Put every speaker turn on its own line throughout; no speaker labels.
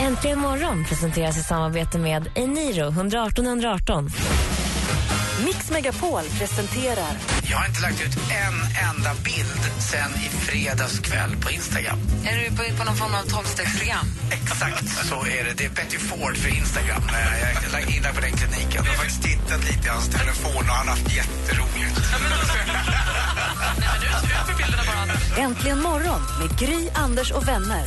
Äntligen morgon presenteras i samarbete med Eniro 118 118. Mix Megapol presenterar
Jag har inte lagt ut en enda bild sen i fredags kväll på Instagram.
Är du på, på någon form av tolvstegsprogram?
Exakt så är det. Det är Betty Ford för Instagram. Eh, Jag är lagd in där på den kliniken. Jag har faktiskt tittat lite i hans telefon och han har haft jätteroligt.
Äntligen morgon med Gry, Anders och vänner.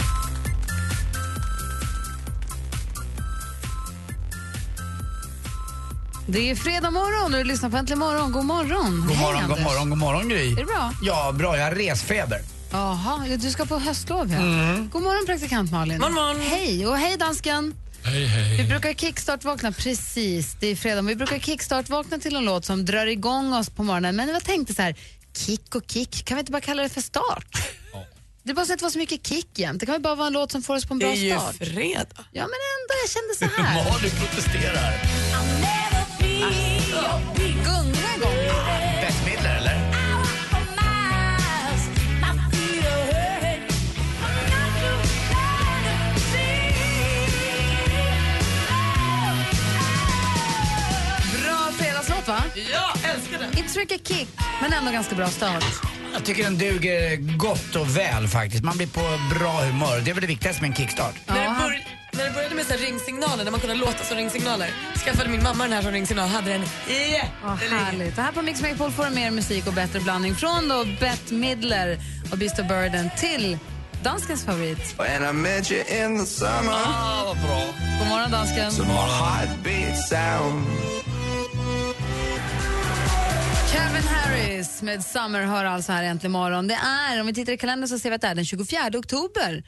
Det är fredag morgon och du lyssnar på Äntligen morgon. God morgon!
God
Hej,
morgon, god
Anders.
morgon, god morgon Gry.
Är det bra?
Ja, bra. Jag har resfeber.
Jaha, ja, du ska på höstlov ja.
Mm.
God morgon praktikant Malin.
Morgon, morgon.
Hej och hej dansken. Hej, hej. Vi brukar kickstart-vakna precis, det är fredag, men vi brukar kickstart-vakna till en låt som drar igång oss på morgonen. Men jag tänkte så här, kick och kick, kan vi inte bara kalla det för start? Det behöver inte vara så mycket kick jämt, det kan väl bara vara en låt som får oss på en bra start.
fredag.
Ja men ändå, jag kände så här.
Ja, du protesterar.
Gunga igång.
Bäst Midler, eller?
Bra fredagslåt va? Ja, älskar den. Inte så mycket kick, men ändå ganska bra start.
Jag tycker den duger gott och väl faktiskt. Man blir på bra humör. Det är väl det viktigaste med en kickstart.
När, det
Ja.
bör, när det började med så här ringsignaler, när man kunde låta som ringsignaler, skaffade min mamma den här som ringsignal hade den
Åh,
jättelänge.
härligt. Och här på Mix Megapol får du mer musik och bättre blandning från då Bette Midler och Beast of Burden till danskens favorit.
When I met you in the summer,
Ah, vad bra.
God morgon dansken.
my heartbeat sound.
Kevin Harris med Summer hör alltså här äntligen morgon. Det är, om vi tittar i kalendern så ser vi att det är den 24 oktober.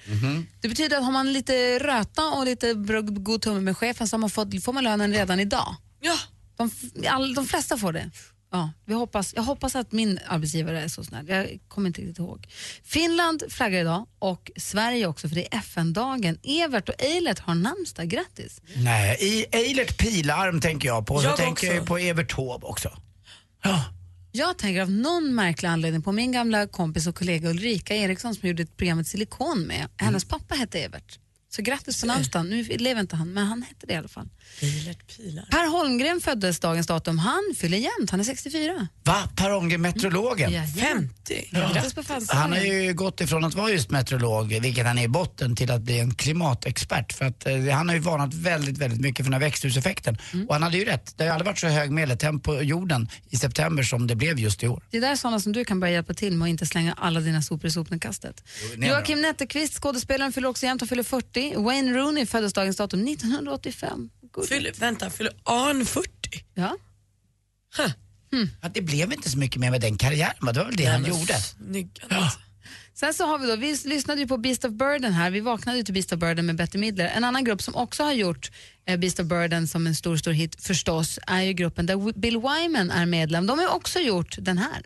Det betyder att har man lite röta och lite bra- god tumme med chefen så har man fått, får man lönen redan idag.
Ja.
De, f- all, de flesta får det. Ja, vi hoppas, jag hoppas att min arbetsgivare är så snäll. Jag kommer inte riktigt ihåg. Finland flaggar idag och Sverige också för det är FN-dagen. Evert och Eilert har namnsdag. Grattis!
Nej, i Eilert Pilarm tänker jag på.
Jag
så tänker
också.
jag på Evert Taube också. Ja.
Jag tänker av någon märklig anledning på min gamla kompis och kollega Ulrika Eriksson som gjorde ett programmet Silikon med. Hennes pappa hette Evert. Så grattis på namnsdagen. Nu lever inte han, men han hette det i alla fall.
Eilert Pilar.
Per Holmgren föddes dagens datum. Han fyller jämnt, han är 64.
Va? Per Holmgren, meteorologen?
Jajamän.
50.
Grattis på födelsedagen.
Han har ju gått ifrån att vara just meteorolog, vilket han är i botten, till att bli en klimatexpert. För att eh, han har ju varnat väldigt, väldigt mycket för den här växthuseffekten. Och han hade ju rätt. Det har ju aldrig varit så hög medeltemp på jorden i september som det blev just i år.
Det är där sådana som du kan börja hjälpa till med att inte slänga alla dina sopor i sopnedkastet.
nej,
Joakim Nettequist, skådespelaren, fyller också jämt, han fyller 40. Wayne Rooney föddes dagens datum 1985. Good.
Fyller, vänta, fyller Arn 40?
Ja.
Att det blev inte så mycket mer med den karriären, va? det var väl det han gjorde.
Snygga. alltså.
Sen så har vi då, vi lyssnade ju på Beast of Burden här, vi vaknade ju till Beast of Burden med Betty Midler. En annan grupp som också har gjort eh, Beast of Burden som en stor, stor hit förstås är ju gruppen där Wi- Bill Wyman är medlem. De har ju också gjort den här.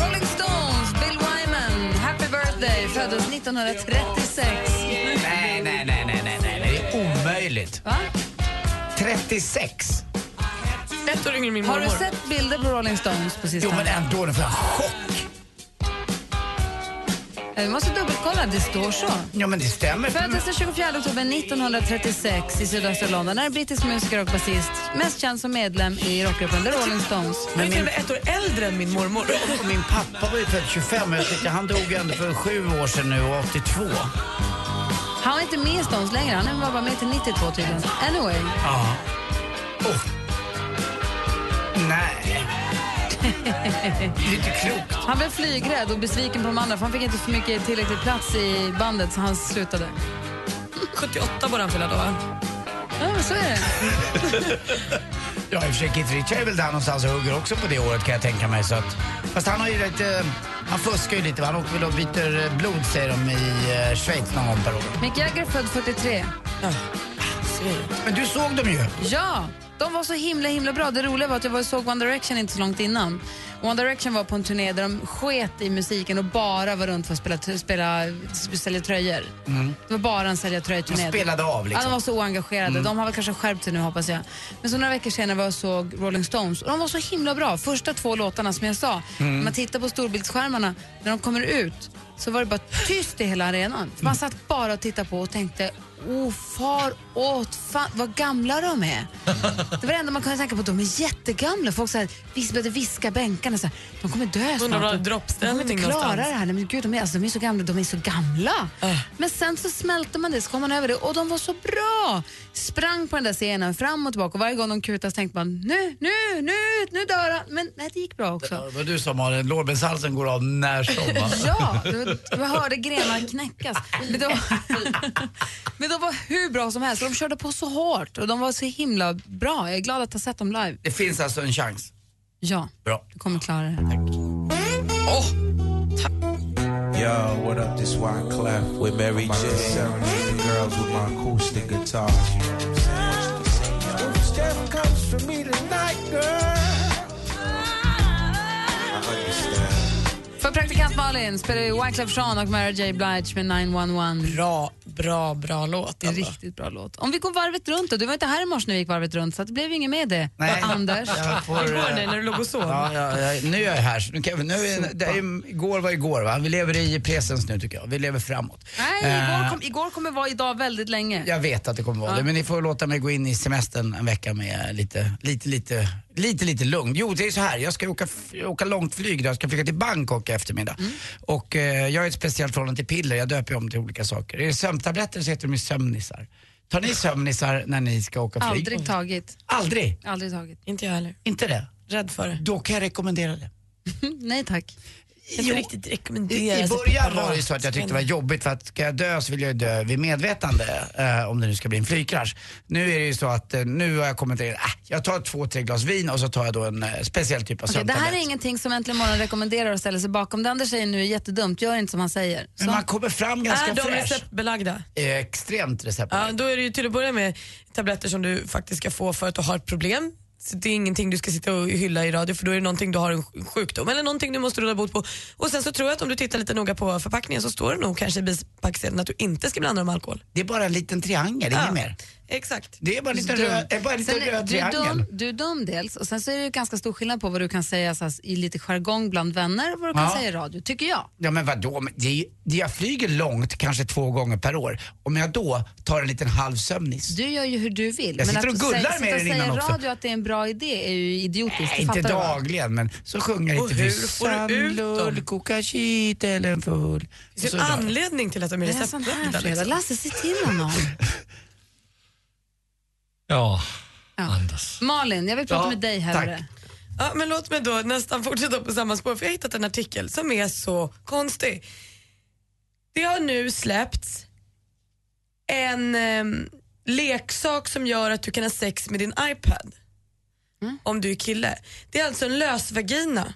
Rolling Stones, Bill Wyman, Happy Birthday, föddes 1936.
Nej, nej, nej, nej, nej, nej, det är omöjligt.
Va?
36!
Ett år yngre än min
Har du
mormor.
sett bilder på Rolling Stones på
Jo,
sistone?
men ändå, den får jag chock.
Eh, Vi måste dubbelkolla, det står så.
Ja, men det stämmer.
Föddes den 24 oktober 1936 i sydöstra London. Han är brittisk musiker och basist. Mest känd som medlem i rockgruppen The Rolling Stones.
Men min... ett år äldre än min mormor.
Och Min pappa var ju född 25 och jag tyckte han dog ändå för sju år sedan nu, och 82.
Han var inte med i Stones längre. Han var bara med till 92 tydligen. Anyway,
Ja. Oh. Nej. Det är inte klokt.
han blev flygrädd och besviken på de andra för han fick inte för mycket tillräcklig plats i bandet så han slutade.
78 borde han fylla då va?
Ja, men så är det.
Ja, i och för sig Keith Richards är väl där någonstans och hugger också på det året kan jag tänka mig. Så att, fast han har ju rätt... Eh, han fuskar ju lite. va? Han åker väl och byter eh, blod säger de i eh, Schweiz någon gång per år.
Mick Jagger född 43.
Men du såg dem ju.
Ja, de var så himla himla bra. Det roliga var att jag var och såg One Direction inte så långt innan. Och One Direction var på en turné där de sket i musiken och bara var runt för att spela, spela s- sälja tröjor. Det var bara en sälja tröjturné.
Mm. De spelade av, liksom.
Ja, de var så oengagerade.
Mm.
De har väl kanske skärpt sig nu hoppas jag. Men så några veckor senare var jag och såg Rolling Stones och de var så himla bra. Första två låtarna som jag sa,
Mm.
när man tittar på storbildsskärmarna, när de kommer ut så var det bara tyst i hela
Mm.
arenan. För man satt bara och tittade på och tänkte Oh, far åt fan, vad gamla de är. Det var det enda man kunde tänka på. De är jättegamla. Folk så här, vis- började viska bänkarna. Så här, de kommer dö snart.
Undrar var
De-
droppställning
De kommer inte klara det
någonstans.
här. Nej, men gud, de, är, alltså, de är så gamla. De är så gamla.
Äh.
Men sen så smälter man det, så kom man över det och de var så bra. Sprang på den där scenen fram och tillbaka och varje gång de kutas tänkte man nu, nu, nu, nu dör han. Men nej, det gick bra också.
Vad du sa Malin, lårbenshalsen går av när som. va?
Ja, det- man hörde grenar knäckas. Men de, men de var hur bra som helst. De körde på så hårt och de var så himla bra. Jag är glad att ha sett dem live.
Det finns alltså en chans.
Ja,
Bra.
du kommer klara det.
Yo, what up? This Wyclef with Mary J. The girls with my acoustic guitar. Steph comes for me tonight, girl. I understand.
För praktikant Malin spelar ju Wyclef Jean och Mary J Blige med 911.
Bra, bra, bra låt.
Det är en
ändå.
riktigt bra låt. Om vi går varvet runt då. Du var inte här i morse när vi gick varvet runt så att det blev inget med det.
Nej.
Anders.
Jag får,
Igår
eh,
nej, när du låg och sov.
Ja, ja, ja, nu är jag här. Så Nu kan, vi- nu är, det är, ju- igår var igår va? Vi lever i presens nu tycker jag. Vi lever framåt.
Nej,
Eh,
igår, kom, igår kommer vara idag väldigt länge.
Jag vet att det kommer vara det, men ni får låta mig gå in i semestern en vecka med lite, lite, lite, lite, lite lugn. Jo, det är så här, jag ska åka, f- åka långt flyg idag. jag ska flyga till Bangkok i eftermiddag. Och eh, jag har ett speciellt förhållande till piller, jag döper ju om till olika saker. Är det sömntabletter så heter de ju sömnisar. Tar ni sömnisar när ni ska åka flyg?
Aldrig tagit.
Aldrig?
Aldrig tagit.
Inte jag heller.
Inte det?
Rädd för det.
Då kan jag rekommendera det.
Nej tack.
Jag kan inte riktigt rekommendera.
I, I
alltså,
början
preparat.
var det ju så att jag tyckte det var jobbigt för att ska jag dö så vill jag ju dö vid medvetande eh, om det nu ska bli en flygkrasch. Nu är det ju så att eh, nu har jag kommit till, äh, jag tar två, tre glas vin och så tar jag då en eh, speciell typ av
Okej, det här är
sömntablett.
ingenting som Äntligen Morgon rekommenderar och ställer sig bakom. Det Anders säger nu är jättedumt. Gör inte som han säger.
Men
Så,
man kommer fram
Är
ganska
de
fräsch.
receptbelagda?
Eh, Extremt receptbelagd.
Ja, då är det ju till att börja med tabletter som du faktiskt ska få för att du har ett problem. Så det är ingenting du ska sitta och hylla i radio för då är det någonting du har en sj- sjukdom eller någonting du måste råda bot på. Och sen så tror jag att om du tittar lite noga på förpackningen så står det nog kanske i bipacksedeln att du inte ska blanda dem med alkohol.
Det är bara en liten triangel, inget
Ja,
mer.
Exakt.
Det är bara en liten
Dum.
röd, eh, bara en liten
Sen är-
röd
du, är
triangel.
dum, du är dum dels och sen så är det ju ganska stor skillnad på vad du kan säga så här, i lite jargong bland vänner och vad du kan
Ja.
säga i radio, tycker jag.
Ja men vadå, Men det är, ju- det- jag flyger långt kanske två gånger per år. Om jag då tar en liten halv sömnis.
Du gör ju hur du vill.
Jag sitter och gullar med
säga- sitta och
den innan
säga i
också.
radio att det är en bra idé är ju idiotiskt.
Nej,
det
inte
fattar du, va?
dagligen, men så sjunger jag
Och
lite.
hur
för
får du ut dem?
samlull, koka kitelen full.
Det finns
Så
ju en
drar jag.
anledning till att de är
Det är en sån här
receptbelagda.
fredag.
Liksom.
Lasse, se till honom.
Ja,
Ja.
Anders.
Malin, jag vill prata
Ja,
med dig här.
tack.
Tack.
Ja, men låt mig då nästan fortsätta på samma spår för jag har hittat en artikel som är så konstig. Det har nu släppts en ehm, leksak som gör att du kan ha sex med din iPad.
Mm.
Om du är kille. Det är alltså en lösvagina.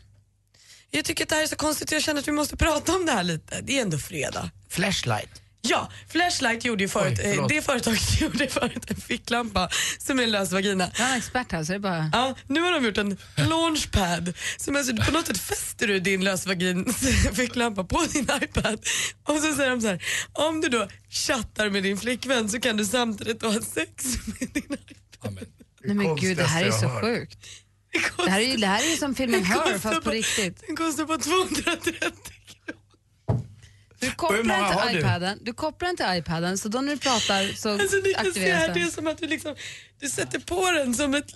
Jag tycker att det här är så konstigt jag känner att vi måste prata om det här lite. Det är ändå fredag.
Flashlight.
Ja, Flashlight gjorde ju förut,
Oj,
eh,
förlåt.
det företaget gjorde förut en ficklampa som är en lösvagina.
Jag är en expert här så det är bara...
Ja, nu har de gjort en launchpad. Som alltså, på något sätt fäster du din lösvagins ficklampa på din iPad. Och så säger de så här, om du då chattar med din flickvän så kan du samtidigt då ha sex med din iPad.
Ja, men.
Nej men gud, det här är ju så sjukt. Det här är ju, det här är ju som filmen
Den kostar
Her fast på
bara-
riktigt.
Den kostar bara 230 kronor.
Du
hur många
kopplar den
har
till
du?
iPaden, du kopplar den till iPaden så då när du pratar så
Alltså ni kan se
aktiveras
här, det är
den.
som att du liksom, du sätter på den som ett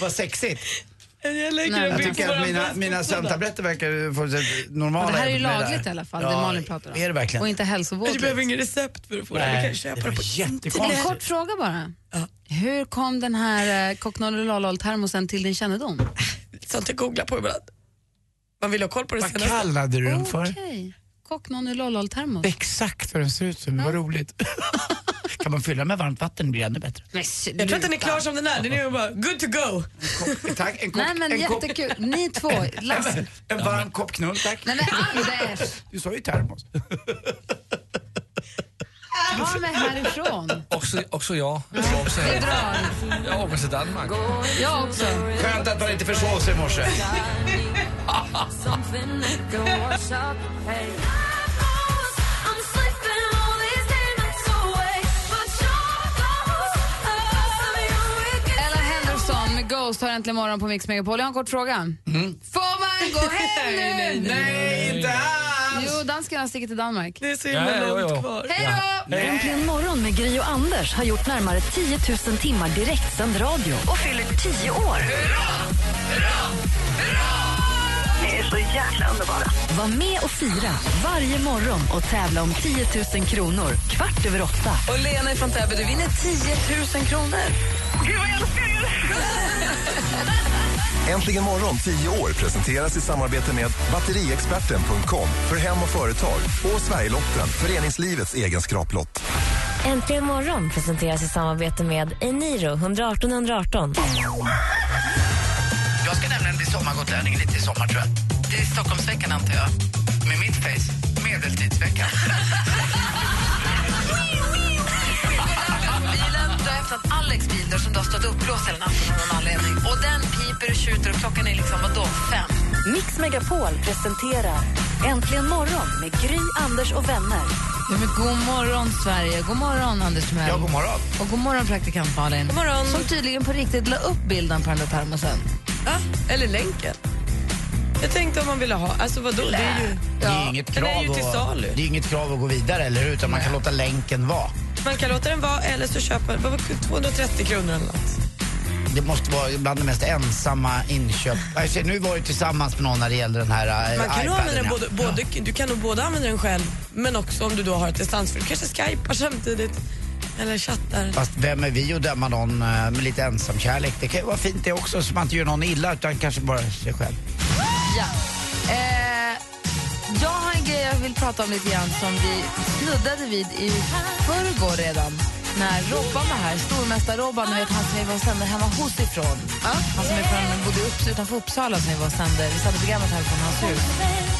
Vad sexigt.
jag lägger
Nej,
en
jag
Jag
bild
tycker
på
att
våran
mina, mina
Facebook-sida.
sömntabletter verkar fullständigt normala.
Och det här är ju
jämfört med
lagligt
där.
i alla fall, det Malin pratar om.
Är det verkligen?
Och inte hälsovådligt.
Du behöver ingen recept för att få det, du
Nej,
kan köpa det på
var
En
jättekonstigt.
kort fråga bara.
Ja.
Hur kom den här eh, Cocknoll termosen till din kännedom?
sånt jag googlar på ibland. Man vill ha koll på det
Vad
senaste.
kallade du den för?
Okej. Cocknoll termos
Exakt vad den ser ut som, vad roligt. Kan man fylla med varmt vatten blir det ännu bättre.
Nej,
Jag tror att den är
sluta.
klar som den är, den är ju bara good to go.
Tack, en kopp,
Nej men
en kopp,
jättekul. Ni två, Lasse.
en, en varm kopp knull tack.
Nej men Anders,
Du sa ju termos.
ta mig härifrån.
Också, också jag. Jag, också,
Vi drar.
jag åker till Danmark.
Jag också.
Skönt att man inte försov sig i morse.
Ella Henderson med Ghost har äntligen morgon på Mix Megapol. Jag har en kort fråga. Får man gå hem nu? nej,
Nej, inte alls!
Jo, dansken har stickit till Danmark.
Det är så himla
Ja, ja, ja,
långt
ja.
kvar.
Hej då!
Äntligen morgon med Gry och Anders har gjort närmare 10 000 timmar direktsänd radio och fyller 10 år. Hurra! Hurra! Hurra! Var med och fira varje morgon och tävla om 10 000 kronor kvart över åtta.
Och Lena från Täby, du vinner 10 000 kronor.
Äntligen morgon 10 år presenteras i samarbete med batteriexperten.com för hem och företag och Sverigelotten, föreningslivets egen skraplott.
Äntligen morgon presenteras i samarbete med Eniro 118 118.
Jag ska nämligen bli sommargotlänning lite i sommar tror jag. Det är Stockholmsveckan antar jag. Med mitt face, medeltidsveckan.
Bilen, du har öppnat Alex bil som du har stått uppblåst hela natten av någon anledning. Och den piper och tjuter och klockan är liksom, vadå, fem?
Mix Megapol presenterar Äntligen morgon med Gry, Anders och vänner.
Ja, men god morgon, Sverige. God morgon, Anders Timell.
Ja, god morgon.
Och god morgon, praktikant Malin. God
morgon.
Som tydligen på riktigt la upp bilden på den där termosen.
Va? Eller länken. Jag tänkte om man ville ha, alltså vadå? Det är ju,
Det är ju inget
Den är
krav,
ju till salu.
att, det är inget krav att gå vidare, eller hur? Utan man kan låta länken vara.
man kan låta den vara eller så köper man 230 kronor eller något.
Eh, Det måste vara bland de mest ensamma inköp. Alltså, nu var jag ju tillsammans med någon när det gällde den här eh,
Man kan nog
iPaden,
använda den
ja.
både, både, du kan nog både använda den själv men också om du då har ett distansförhållande. Kanske skypar samtidigt eller chattar.
Fast vem är vi att döma någon eh, med lite ensamkärlek? Det kan ju vara fint det också, så man inte gör någon illa utan kanske bara sig själv.
Ja. Eh, jag har en grej jag vill prata om lite grann som vi snuddade vid i förrgår redan. När Robban var här, stormästar-Robban, ni vet han som vi var och sände hemma hos ifrån. Han som är från, bodde i Upps, utanför Uppsala som vi var och sände, vi sände programmet här från hans hus.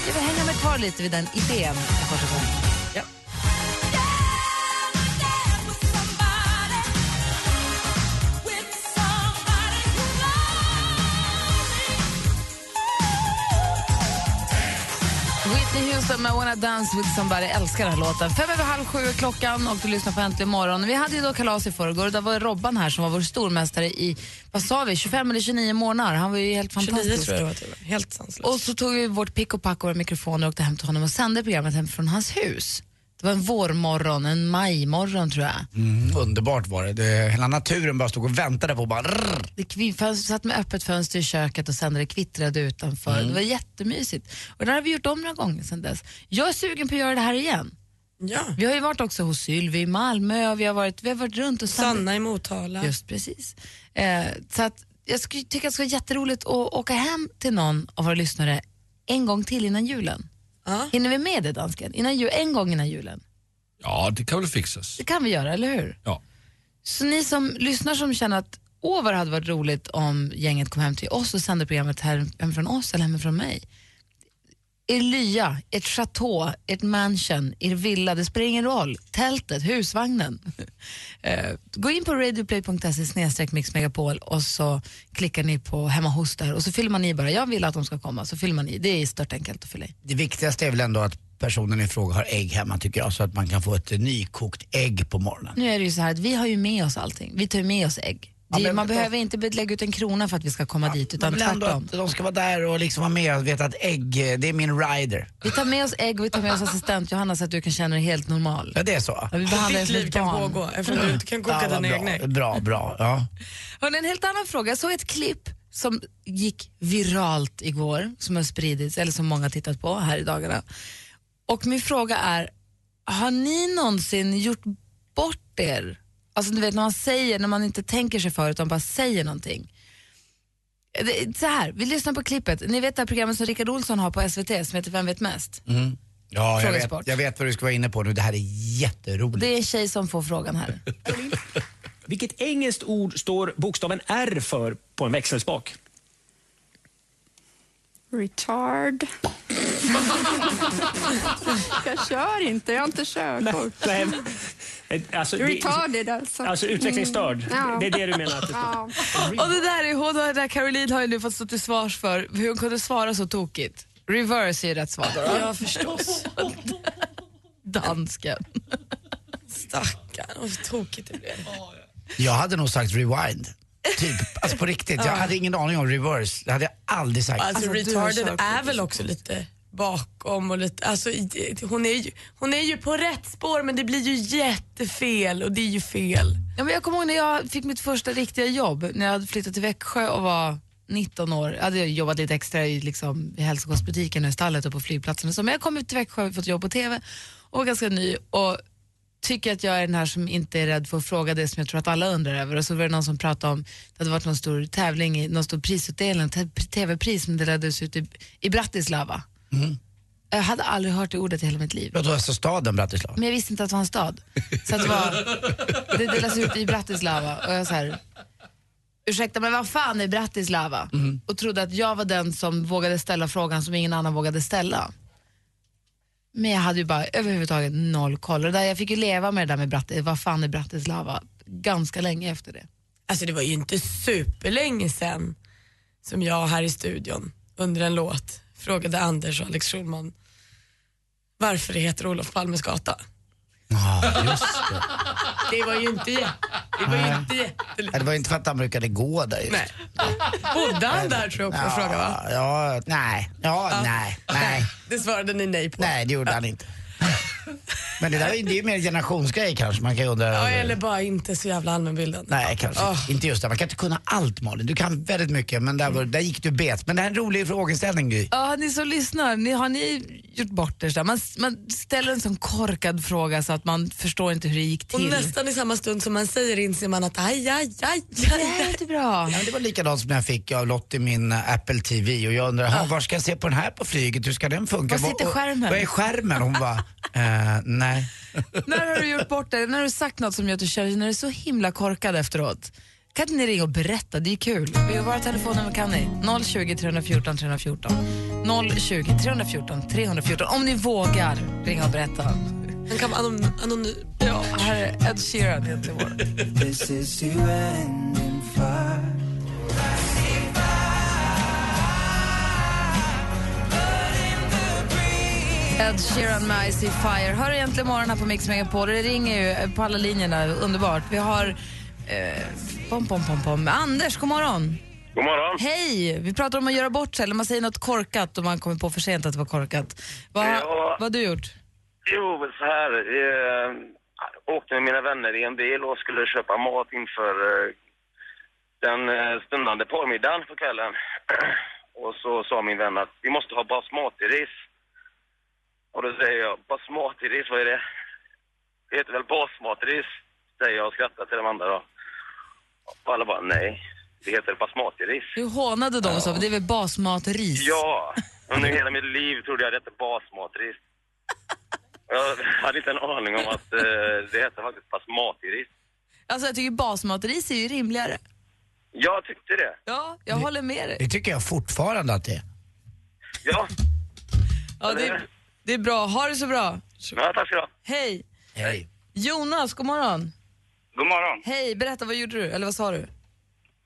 Jag vill hänga mig kvar lite vid den idén. en kort sekund.
Ja.
Whitney Houston med Wanna Dance With Somebody. Jag älskar den här låten. Fem över halv sju är klockan och du lyssnar på Äntligen morgon. Vi hade ju då kalas i förrgår och där var Robban här som var vår stormästare i, vad sa vi, 25 eller 29 månader. Han var ju helt
29
fantastisk.
tror jag det var. typ. Helt sanslöst.
Och så tog vi vårt pick och pack och våra mikrofoner och åkte hem till honom och sände programmet hem från hans hus. Det var en vårmorgon, en majmorgon tror jag.
Mm, underbart var det. det. Hela naturen bara stod och väntade på bara... rrr.
Det kvin- fönster- satt med öppet fönster i köket och sen när det kvittrade utanför.
Mm.
Det var jättemysigt. Och det har vi gjort om några gånger sedan dess. Jag är sugen på att göra det här igen.
ja.
Vi har ju varit också hos Sylvi i Malmö och vi har varit, vi har varit runt och samlat.
Sanna i Motala.
Just precis. Eh, så att jag skulle tycka att det skulle vara jätteroligt att åka hem till någon av våra lyssnare en gång till innan julen.
Ja.
Hinner vi med det dansken? Innan ju, en gång innan julen.
Ja, det kan väl fixas.
Det kan vi göra, eller hur?
Ja.
Så ni som lyssnar som känner att åh vad det hade varit roligt om gänget kom hem till oss och sände programmet här, hemifrån oss eller hemifrån mig. Er lya, ert chateau, ert mansion, er villa, det spelar ingen roll. Tältet, husvagnen. Eh, Gå in på radioplay.se snedstreck mixmegapol och så klickar ni på hemma hos där och så fyller man i bara, jag vill att de ska komma, så fyller man i. Det är stört enkelt att fylla i.
Det viktigaste är väl ändå att personen i fråga har ägg hemma tycker jag, så att man kan få ett eh, nykokt ägg på morgonen.
Mm.
Nu är det ju så här att vi har ju med oss allting. Vi tar ju med oss ägg. Det,
Ja, men-
man behöver inte be- lägga ut en krona för att vi ska komma dit, utan
Man vill ändå
tvärtom.
att de ska vara där och liksom vara med och veta att ägg, eh, det är min rider.
Vi tar med oss ägg och vi tar med oss assistent Johanna så att du kan känna dig helt normal.
Ja, det är så.
Ja, Vi behandlar dig
Ditt
som
liv
ett
kan
barn.
pågå eftersom du inte kan koka
Ja, vad
dina egna
bra,
ägg.
bra, bra. Ja.
Hörrni, en helt annan fråga. Jag såg ett klipp som gick viralt igår, som har spridits, eller som många har tittat på här i dagarna. Och min fråga är, har ni någonsin gjort bort er? Alltså du vet när man säger, när man inte tänker sig för utan bara säger någonting. Det- Så här, vi lyssnar på klippet. Ni vet det här programmet som Rickard Olsson har på SVT som heter Vem vet mest?
Ja, jag
Fråga
vet,
sport.
jag vet vad du ska vara inne på nu. Det här är jätteroligt.
Det är en tjej som får frågan här.
Vilket engelskt ord står bokstaven R för på en växelspak?
Retard. jag kör inte, jag har inte körkort.
Nej, eh, alltså, det-
Retarded alltså.
Alltså, utvecklingsstörd.
Ja.
Det är det du menar att det
ja.
Och det där är hon, det där Caroline har ju nu fått stå till svars för hur hon kunde svara så tokigt. Reverse är ju rätt svar.
Ja, förstås.
Dansken.
Stackarn, vad tokigt det blev.
Jag hade nog sagt rewind. Typ, alltså på riktigt. Jag
Ja.
hade ingen aning om reverse. Det hade jag aldrig sagt.
Alltså, retarded är väl också lite bakom och lite, alltså i- hon är, ju, hon är ju på rätt spår men det blir ju jättefel och det är ju fel.
Ja, men jag kommer ihåg när jag fick mitt första riktiga jobb, när jag hade flyttat till Växjö och var 19 år. Jag hade jobbat lite extra i, liksom, i hälsokostbutiken och i stallet och på flygplatsen. och Så, men jag kom ut till Växjö och fått jobb på TV och var ganska ny och tycker att jag är den här som inte är rädd för att fråga det som jag tror att alla undrar över. Och så var det någon som pratade om, det hade varit någon stor tävling, i- någon stor prisutdelning, te- TV-pris som delades ut i, i Bratislava.
Mm.
Jag hade aldrig hört det ordet i hela mitt liv.
Vadå, alltså staden Bratislava?
Men jag visste inte att det var en stad. Så att det, var, det delas ut i Bratislava och jag så här, ursäkta men vad fan är Bratislava?
Mm.
Och trodde att jag var den som vågade ställa frågan som ingen annan vågade ställa. Men jag hade ju bara överhuvudtaget noll koll. Och där, jag fick ju leva med det där med Brat- eh, vad fan är Bratislava ganska länge efter det.
Alltså det var ju inte superlänge sen som jag här i studion under en låt frågade Anders och Alex Schulman varför det heter Olof Palmes gata. Det var ju inte, jä- det var ju inte jätte...
Nej, Det var ju inte för att han brukade gå där just.
Nej. Bodde han där tror jag på
Ja,
frågan va?
Ja, nej. Ja, nej. Nej.
Det svarade ni nej på.
Nej, det gjorde han inte. Men det där är ju- det är ju mer generationsgrej kanske. Man kan ju undra.
Ja, eller bara inte så jävla allmänbildande.
Nej, kanske
Ah.
inte. inte just det. Man kan inte kunna allt Malin. Du kan väldigt mycket men där, var, där gick du bet. Men det här är en rolig frågeställning
Ah.
Gry.
Ja, ni som lyssnar, ni, har ni gjort bort er? så där? Man, man ställer en sån korkad fråga så att man förstår inte hur det gick
Och
till.
nästan i samma stund som man säger inser man att aj, aj, aj, aj.
Det är bra.
Ja, men det var likadant som när jag fick av Lottie min eh, Apple TV och jag undrade,
Ah.
"Ha, var ska jag se på den här på flyget? Hur ska den funka?
Var sitter
och-
skärmen?"
Var är skärmen? Hon bara, eh, nej.
När har du gjort bort det? När har du sagt något som gör att du känner dig så himla korkad efteråt? Kan inte ni ringa och berätta? Det är kul. Vi har våra telefonnummer kan ni. 020 314 314. 020 314 314. Om ni vågar ringa och berätta.
Man kan vara anon... anon ja.
Här är Ed Sheeran egentligen vår.
This is you ending far.
Ed Sheeran med Icy Fire. Hör egentligen morgon här på Mix Megapol. Det ringer ju eh, på alla linjerna. Underbart. Vi har... Eh, pom, pom, pom, pom. Anders, god morgon.
God morgon.
Hej! Vi pratar om att göra bort sig, eller man säger något korkat och man kommer på för sent att det var korkat. Vad,
Ja.
vad har du gjort?
Jo, men så här. Eh, åkte med mina vänner i en bil och skulle köpa mat inför eh, den eh, stundande förmiddagen på kvällen. och så sa min vän att vi måste ha basmati-ris. Och då säger jag, basmati-ris, vad är det? Det heter väl basmatris? Säger jag och skrattar till de andra då. Och alla bara, nej, det heter basmati-ris.
Du hånade dem och sa, det är väl basmatris?
Ja, under hela mitt liv trodde jag det hette basmatris. Jag hade inte en aning om att eh, det hette faktiskt basmatiris.
Alltså jag tycker basmatris är ju rimligare.
Jag tyckte det.
Ja, jag håller med dig.
Det tycker jag fortfarande att det är.
Ja.
Ja, det, är- det är bra. Ha det så bra.
Ja, tack ska du ha.
Hej!
Hej.
Jonas, god morgon.
God morgon.
Hej, berätta vad gjorde du, eller vad sa du?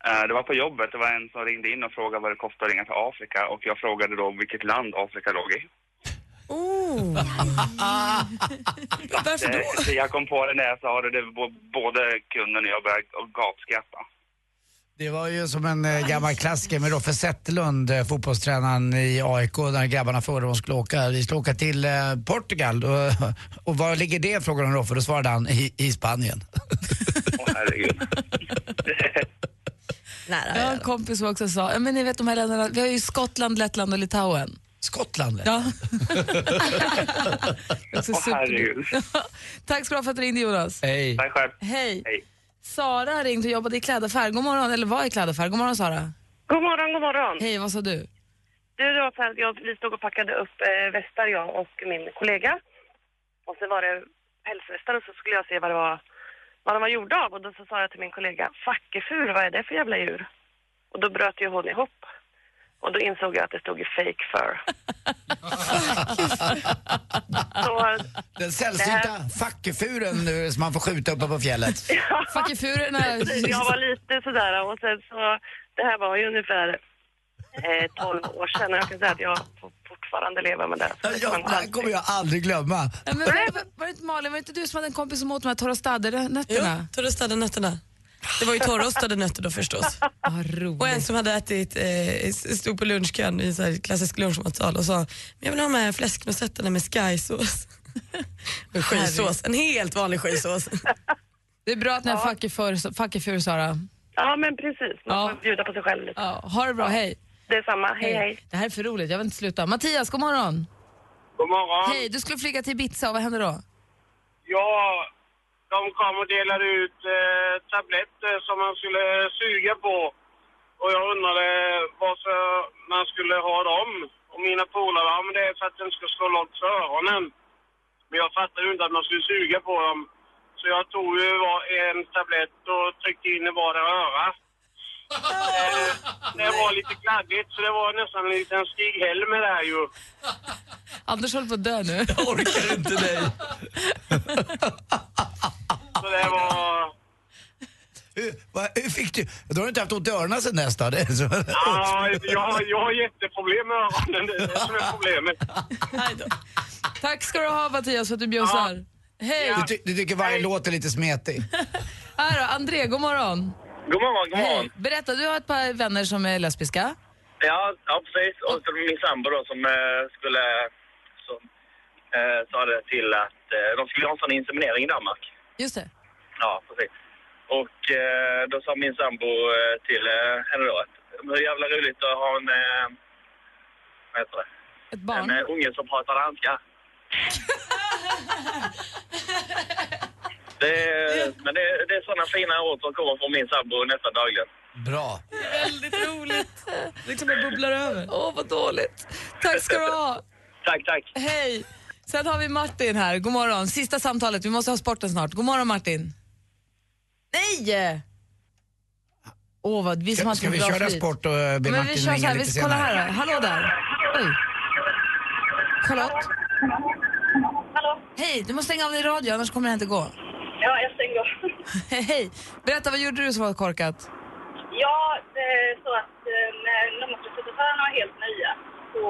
Eh, Det var på jobbet. Det var en som ringde in och frågade vad det kostar att ringa till Afrika. Och jag frågade då vilket land Afrika låg i.
Oh. Varför då?
Eh, så Jag kom på det när jag sa det. det var både kunden och jag började och gapskratta.
Det var ju som en eh, gammal klassiker med Roffe Zetterlund, eh, fotbollstränaren i AIK, när grabbarna frågade om de skulle åka. Vi skulle åka till eh, Portugal. Och, och var ligger det, frågade de Roffe. Då svarade han, i, i Spanien.
Åh herregud.
Nära, jag har en kompis som också sa, ja, men ni vet de här länderna, vi har ju Skottland, Lettland och Litauen.
Skottland?
Ja.
Åh herregud.
Tack ska du ha för att du ringde Jonas.
Hej.
Tack själv.
Hej. Sara har ringt och jobbade i klädaffär. God morgon, eller var i klädaffär. God morgon Sara.
God morgon, god morgon.
Hej, vad sa du?
Du, det var så här, att jag, vi stod och packade upp eh, västar, jag och min kollega. Och så var det pälsvästar och så skulle jag se vad det var, vad de var gjorda av. Och då så sa jag till min kollega, fackefur, vad är det för jävla djur? Och då bröt ju hon ihop. Och då insåg jag att det stod ju fake fur. så,
Den sällsynta fackefuren nu som man får skjuta uppe på fjället.
Fackefurerna.
Precis, Jag var lite sådär och sen så, det här var ju ungefär eh, 12 år sedan och jag kan säga att jag for- fortfarande lever med det.
Ja, det här kommer jag aldrig glömma.
Nej, men var, var- var det inte Malin, var det inte du som hade en kompis som åt de här Torrostad-nötterna?
Jo, Torrostad-nötterna. Det var ju torrostade nötter då förstås. Och en som hade ätit, eh, stod på lunchkön i så här klassisk lunchmatsal och sa "Men jag vill ha de här fläsknosetterna med skysås. Och skysås, en helt vanlig skysås.
Det är bra att ni har fackefur, fackefur, Sara.
Ja, men precis. Man får bjuda på sig själv lite.
Ja, ha det bra, hej.
Detsamma, hej hej.
Det här är för roligt, jag vill inte sluta. Mattias, god morgon.
God morgon.
Hej, du skulle flyga till Ibiza, vad hände då?
Ja, de kom och delade ut eh, tabletter som man skulle suga på. Och jag undrade varför man skulle ha dem. Och mina polare, ja men det är för att den ska slå loss för öronen. Men jag fattade ju inte att man skulle suga på dem. Så jag tog ju var- en tablett och tryckte in i vardera öra. Eh, Det var lite kladdigt, så det var nästan en liten Stig Helmer där ju.
Anders håller på att dö nu. Jag
orkar inte dig.
Så det var...
Hur, vad- hur fick du? Då har du inte haft ont i öronen sedan dess då? Det är så-
Ja, Ah, jag, har- jag har jätteproblem med öronen. Det är det som är problemet.
Tack ska du ha Mattias för att du bjussar. Hej!
Du, ty- du tycker varje låt är lite smetig?
Här då, André, god morgon.
God morgon, god morgon.
Hej. Berätta, du har ett par vänner som är lesbiska.
Ja, ja, precis. Och så min sambo då som eh, skulle... Som eh, sa det till att eh, de skulle ha en sån inseminering i Danmark.
Just det.
Ja, precis. Och eh, då sa min sambo eh, till eh, henne då att hur jävla roligt att ha en... Eh, vad heter det?
Ett barn.
En eh, unge som pratar danska. Det, är- men det, är- det är såna fina ord som kommer från min sambo nästan dagligen.
Bra.
Väldigt roligt.
Liksom jag bubblar över.
Åh, vad dåligt. Tack ska du ha.
Tack, tack.
Hej! Sen har vi Martin här. God morgon. Sista samtalet. Vi måste ha sporten snart. God morgon Martin. Nej! Åh, vad vi som
Ska,
har
ska
så
vi
bra
köra
flyt.
sport och be
Men vi
Martin
kör så
ringa
här. Vi
lite
ska kolla
senare?
här. då. Hallå där. Oj. Charlotte?
Hallå?
Hej, du måste stänga av din radio annars kommer det inte gå.
Ja, jag stängde av.
Hej, berätta vad gjorde du som var korkat?
Ja, det är så att eh, när nummerpresentatörerna var helt nya så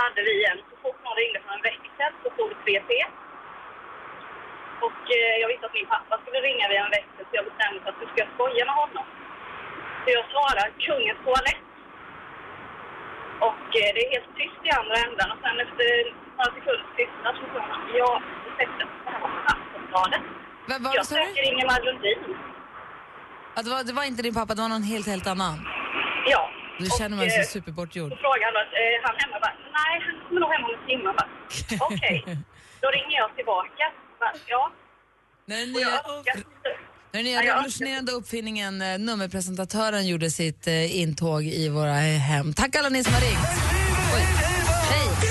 hade vi en, så fort någon ringde från en växel så stod det 3P. Och eh, jag visste att min pappa skulle ringa vid en växel så jag bestämde att du ska jag skoja med honom. Så jag svarar kungens toalett. Och eh, det är helt tyst i andra änden och sen efter några sekunders tystnad så sa han ja, ursäkta, det här var från Aftonbladet. Jag söker Ingemar Lundin.
Att det, var, det var inte din pappa, det var någon helt, helt annan.
Ja.
Nu
Och,
känner man sig
eh,
superbortgjord.
Då frågade han att eh, han hemma bara, nej han kommer nog hem om en timme. Han bara, Okej, då ringer jag tillbaka. Bara, ja.
Nej,
Och jag
nej.
önskar-
Den nya
Ja, jag
revolutionerande uppfinningen eh, nummerpresentatören gjorde sitt eh, intåg i våra eh, hem. Tack alla ni som har ringt. Oj. Hej!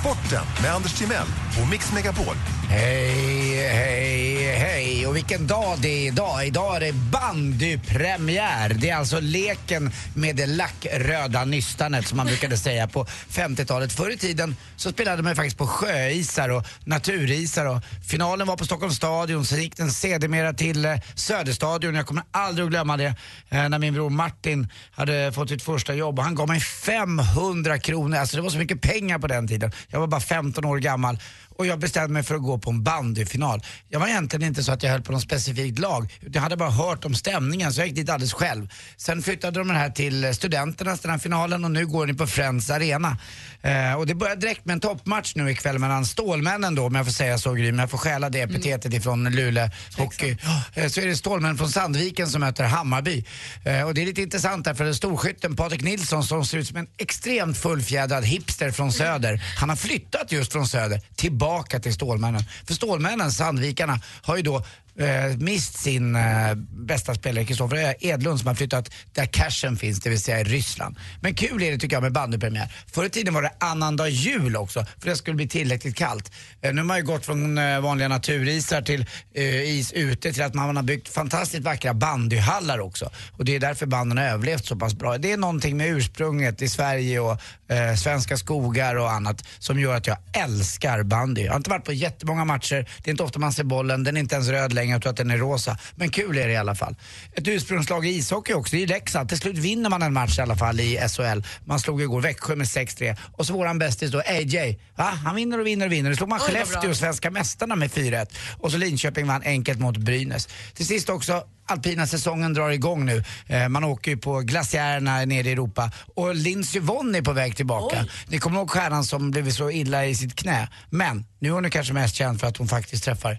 Sporten med Anders Timell och Mix Megapol.
Hej, hej, hej. Och vilken dag det är idag. Idag är det bandypremiär. Det är alltså leken med det lackröda nystanet som man brukade säga på 50-talet. Förr i tiden så spelade man ju faktiskt på sjöisar och naturisar och finalen var på Stockholms stadion. Sen gick den sedermera till eh, Söderstadion. Jag kommer aldrig att glömma det eh, när min bror Martin hade fått sitt första jobb och han gav mig 500 kronor. Alltså det var så mycket pengar på den tiden. Jag var bara 15 år gammal och jag bestämde mig för att gå på en bandyfinal. Jag var egentligen inte så att jag höll på någon specifikt lag, utan jag hade bara hört om stämningen så jag gick dit alldeles själv. Sen flyttade de den här till Studenternas, den här finalen, och nu går den på Friends Arena. Eh, och det börjar direkt med en toppmatch nu ikväll mellan Stålmännen då, om jag får säga så Gry, men jag får stjäla det epitetet ifrån Luleå Hockey. Eh, Så är det Stålmännen från Sandviken som möter Hammarby. Eh, och det är lite intressant därför att storskytten Patrik Nilsson som ser ut som en extremt fullfjädrad hipster från Söder, han har flyttat just från Söder tillbaka till Stålmännen. För Stålmännen, Sandvikarna, har ju då eh, mist sin eh, bästa spelare Kristoffer Edlund som har flyttat där cashen finns, det vill säga i Ryssland. Men kul är det tycker jag med bandypremiär. Förr i tiden var det annandag jul också för det skulle bli tillräckligt kallt. Eh, nu har man ju gått från eh, vanliga naturisar till eh, is ute till att man har byggt fantastiskt vackra bandyhallar också. Och det är därför banden har överlevt så pass bra. Det är någonting med ursprunget i Sverige och eh, svenska skogar och annat som gör att jag älskar bandy. Jag har inte varit på jättemånga matcher, det är inte ofta man ser bollen, den är inte ens röd längre, jag tror att den är rosa. Men kul är det i alla fall. Ett ursprungslag i ishockey också, i Leksand. Till slut vinner man en match i alla fall i SHL. Man slog igår Växjö med 6-3 och så våran bästis då, AJ, va? han vinner och vinner och vinner. Nu slog man
Oj, vad bra.
Skellefteå, svenska mästarna, med 4-1 och så Linköping vann enkelt mot Brynäs. Till sist också alpina säsongen drar igång nu. Eh, man åker ju på glaciärerna nere i Europa och Lindsey Vonn är på väg tillbaka. Ni kommer ihåg stjärnan som blev så illa i sitt knä. Men nu är hon ju kanske mest känd för att hon faktiskt träffar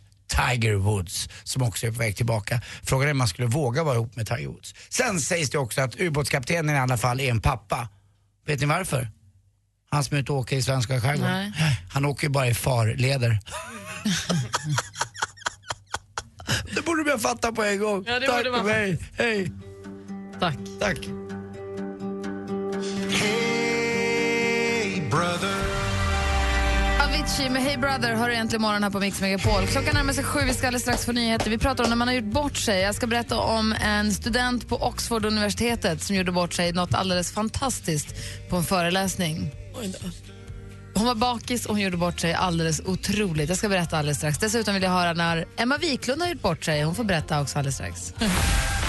Tiger Woods som också är på väg tillbaka. Frågan är om man skulle våga vara ihop med Tiger Woods. Sen sägs det också att ubåtskaptenen i alla fall är en pappa. Vet ni varför? Han som är ute och åker i svenska skärgården. Han åker ju bara i farleder. det borde jag fatta på en gång.
Ja, det
Tack
borde man
för mig. Hej.
Tack.
Tack.
Avicii med Hey Brother har du äntligen morgon här på Mix Megapol. Klockan närmar sig sju, vi ska alldeles strax få nyheter. Vi pratar om när man har gjort bort sig. Jag ska berätta om en student på Oxford universitetet som gjorde bort sig något alldeles fantastiskt på en föreläsning. Hon var bakis och hon gjorde bort sig alldeles otroligt. Jag ska berätta alldeles strax. Dessutom vill jag höra när Emma Wiklund har gjort bort sig. Hon får berätta också alldeles strax.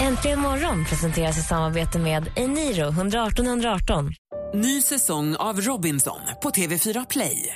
Äntligen morgon presenteras i samarbete med Eniro 118 118.
Ny säsong av Robinson på TV4 Play.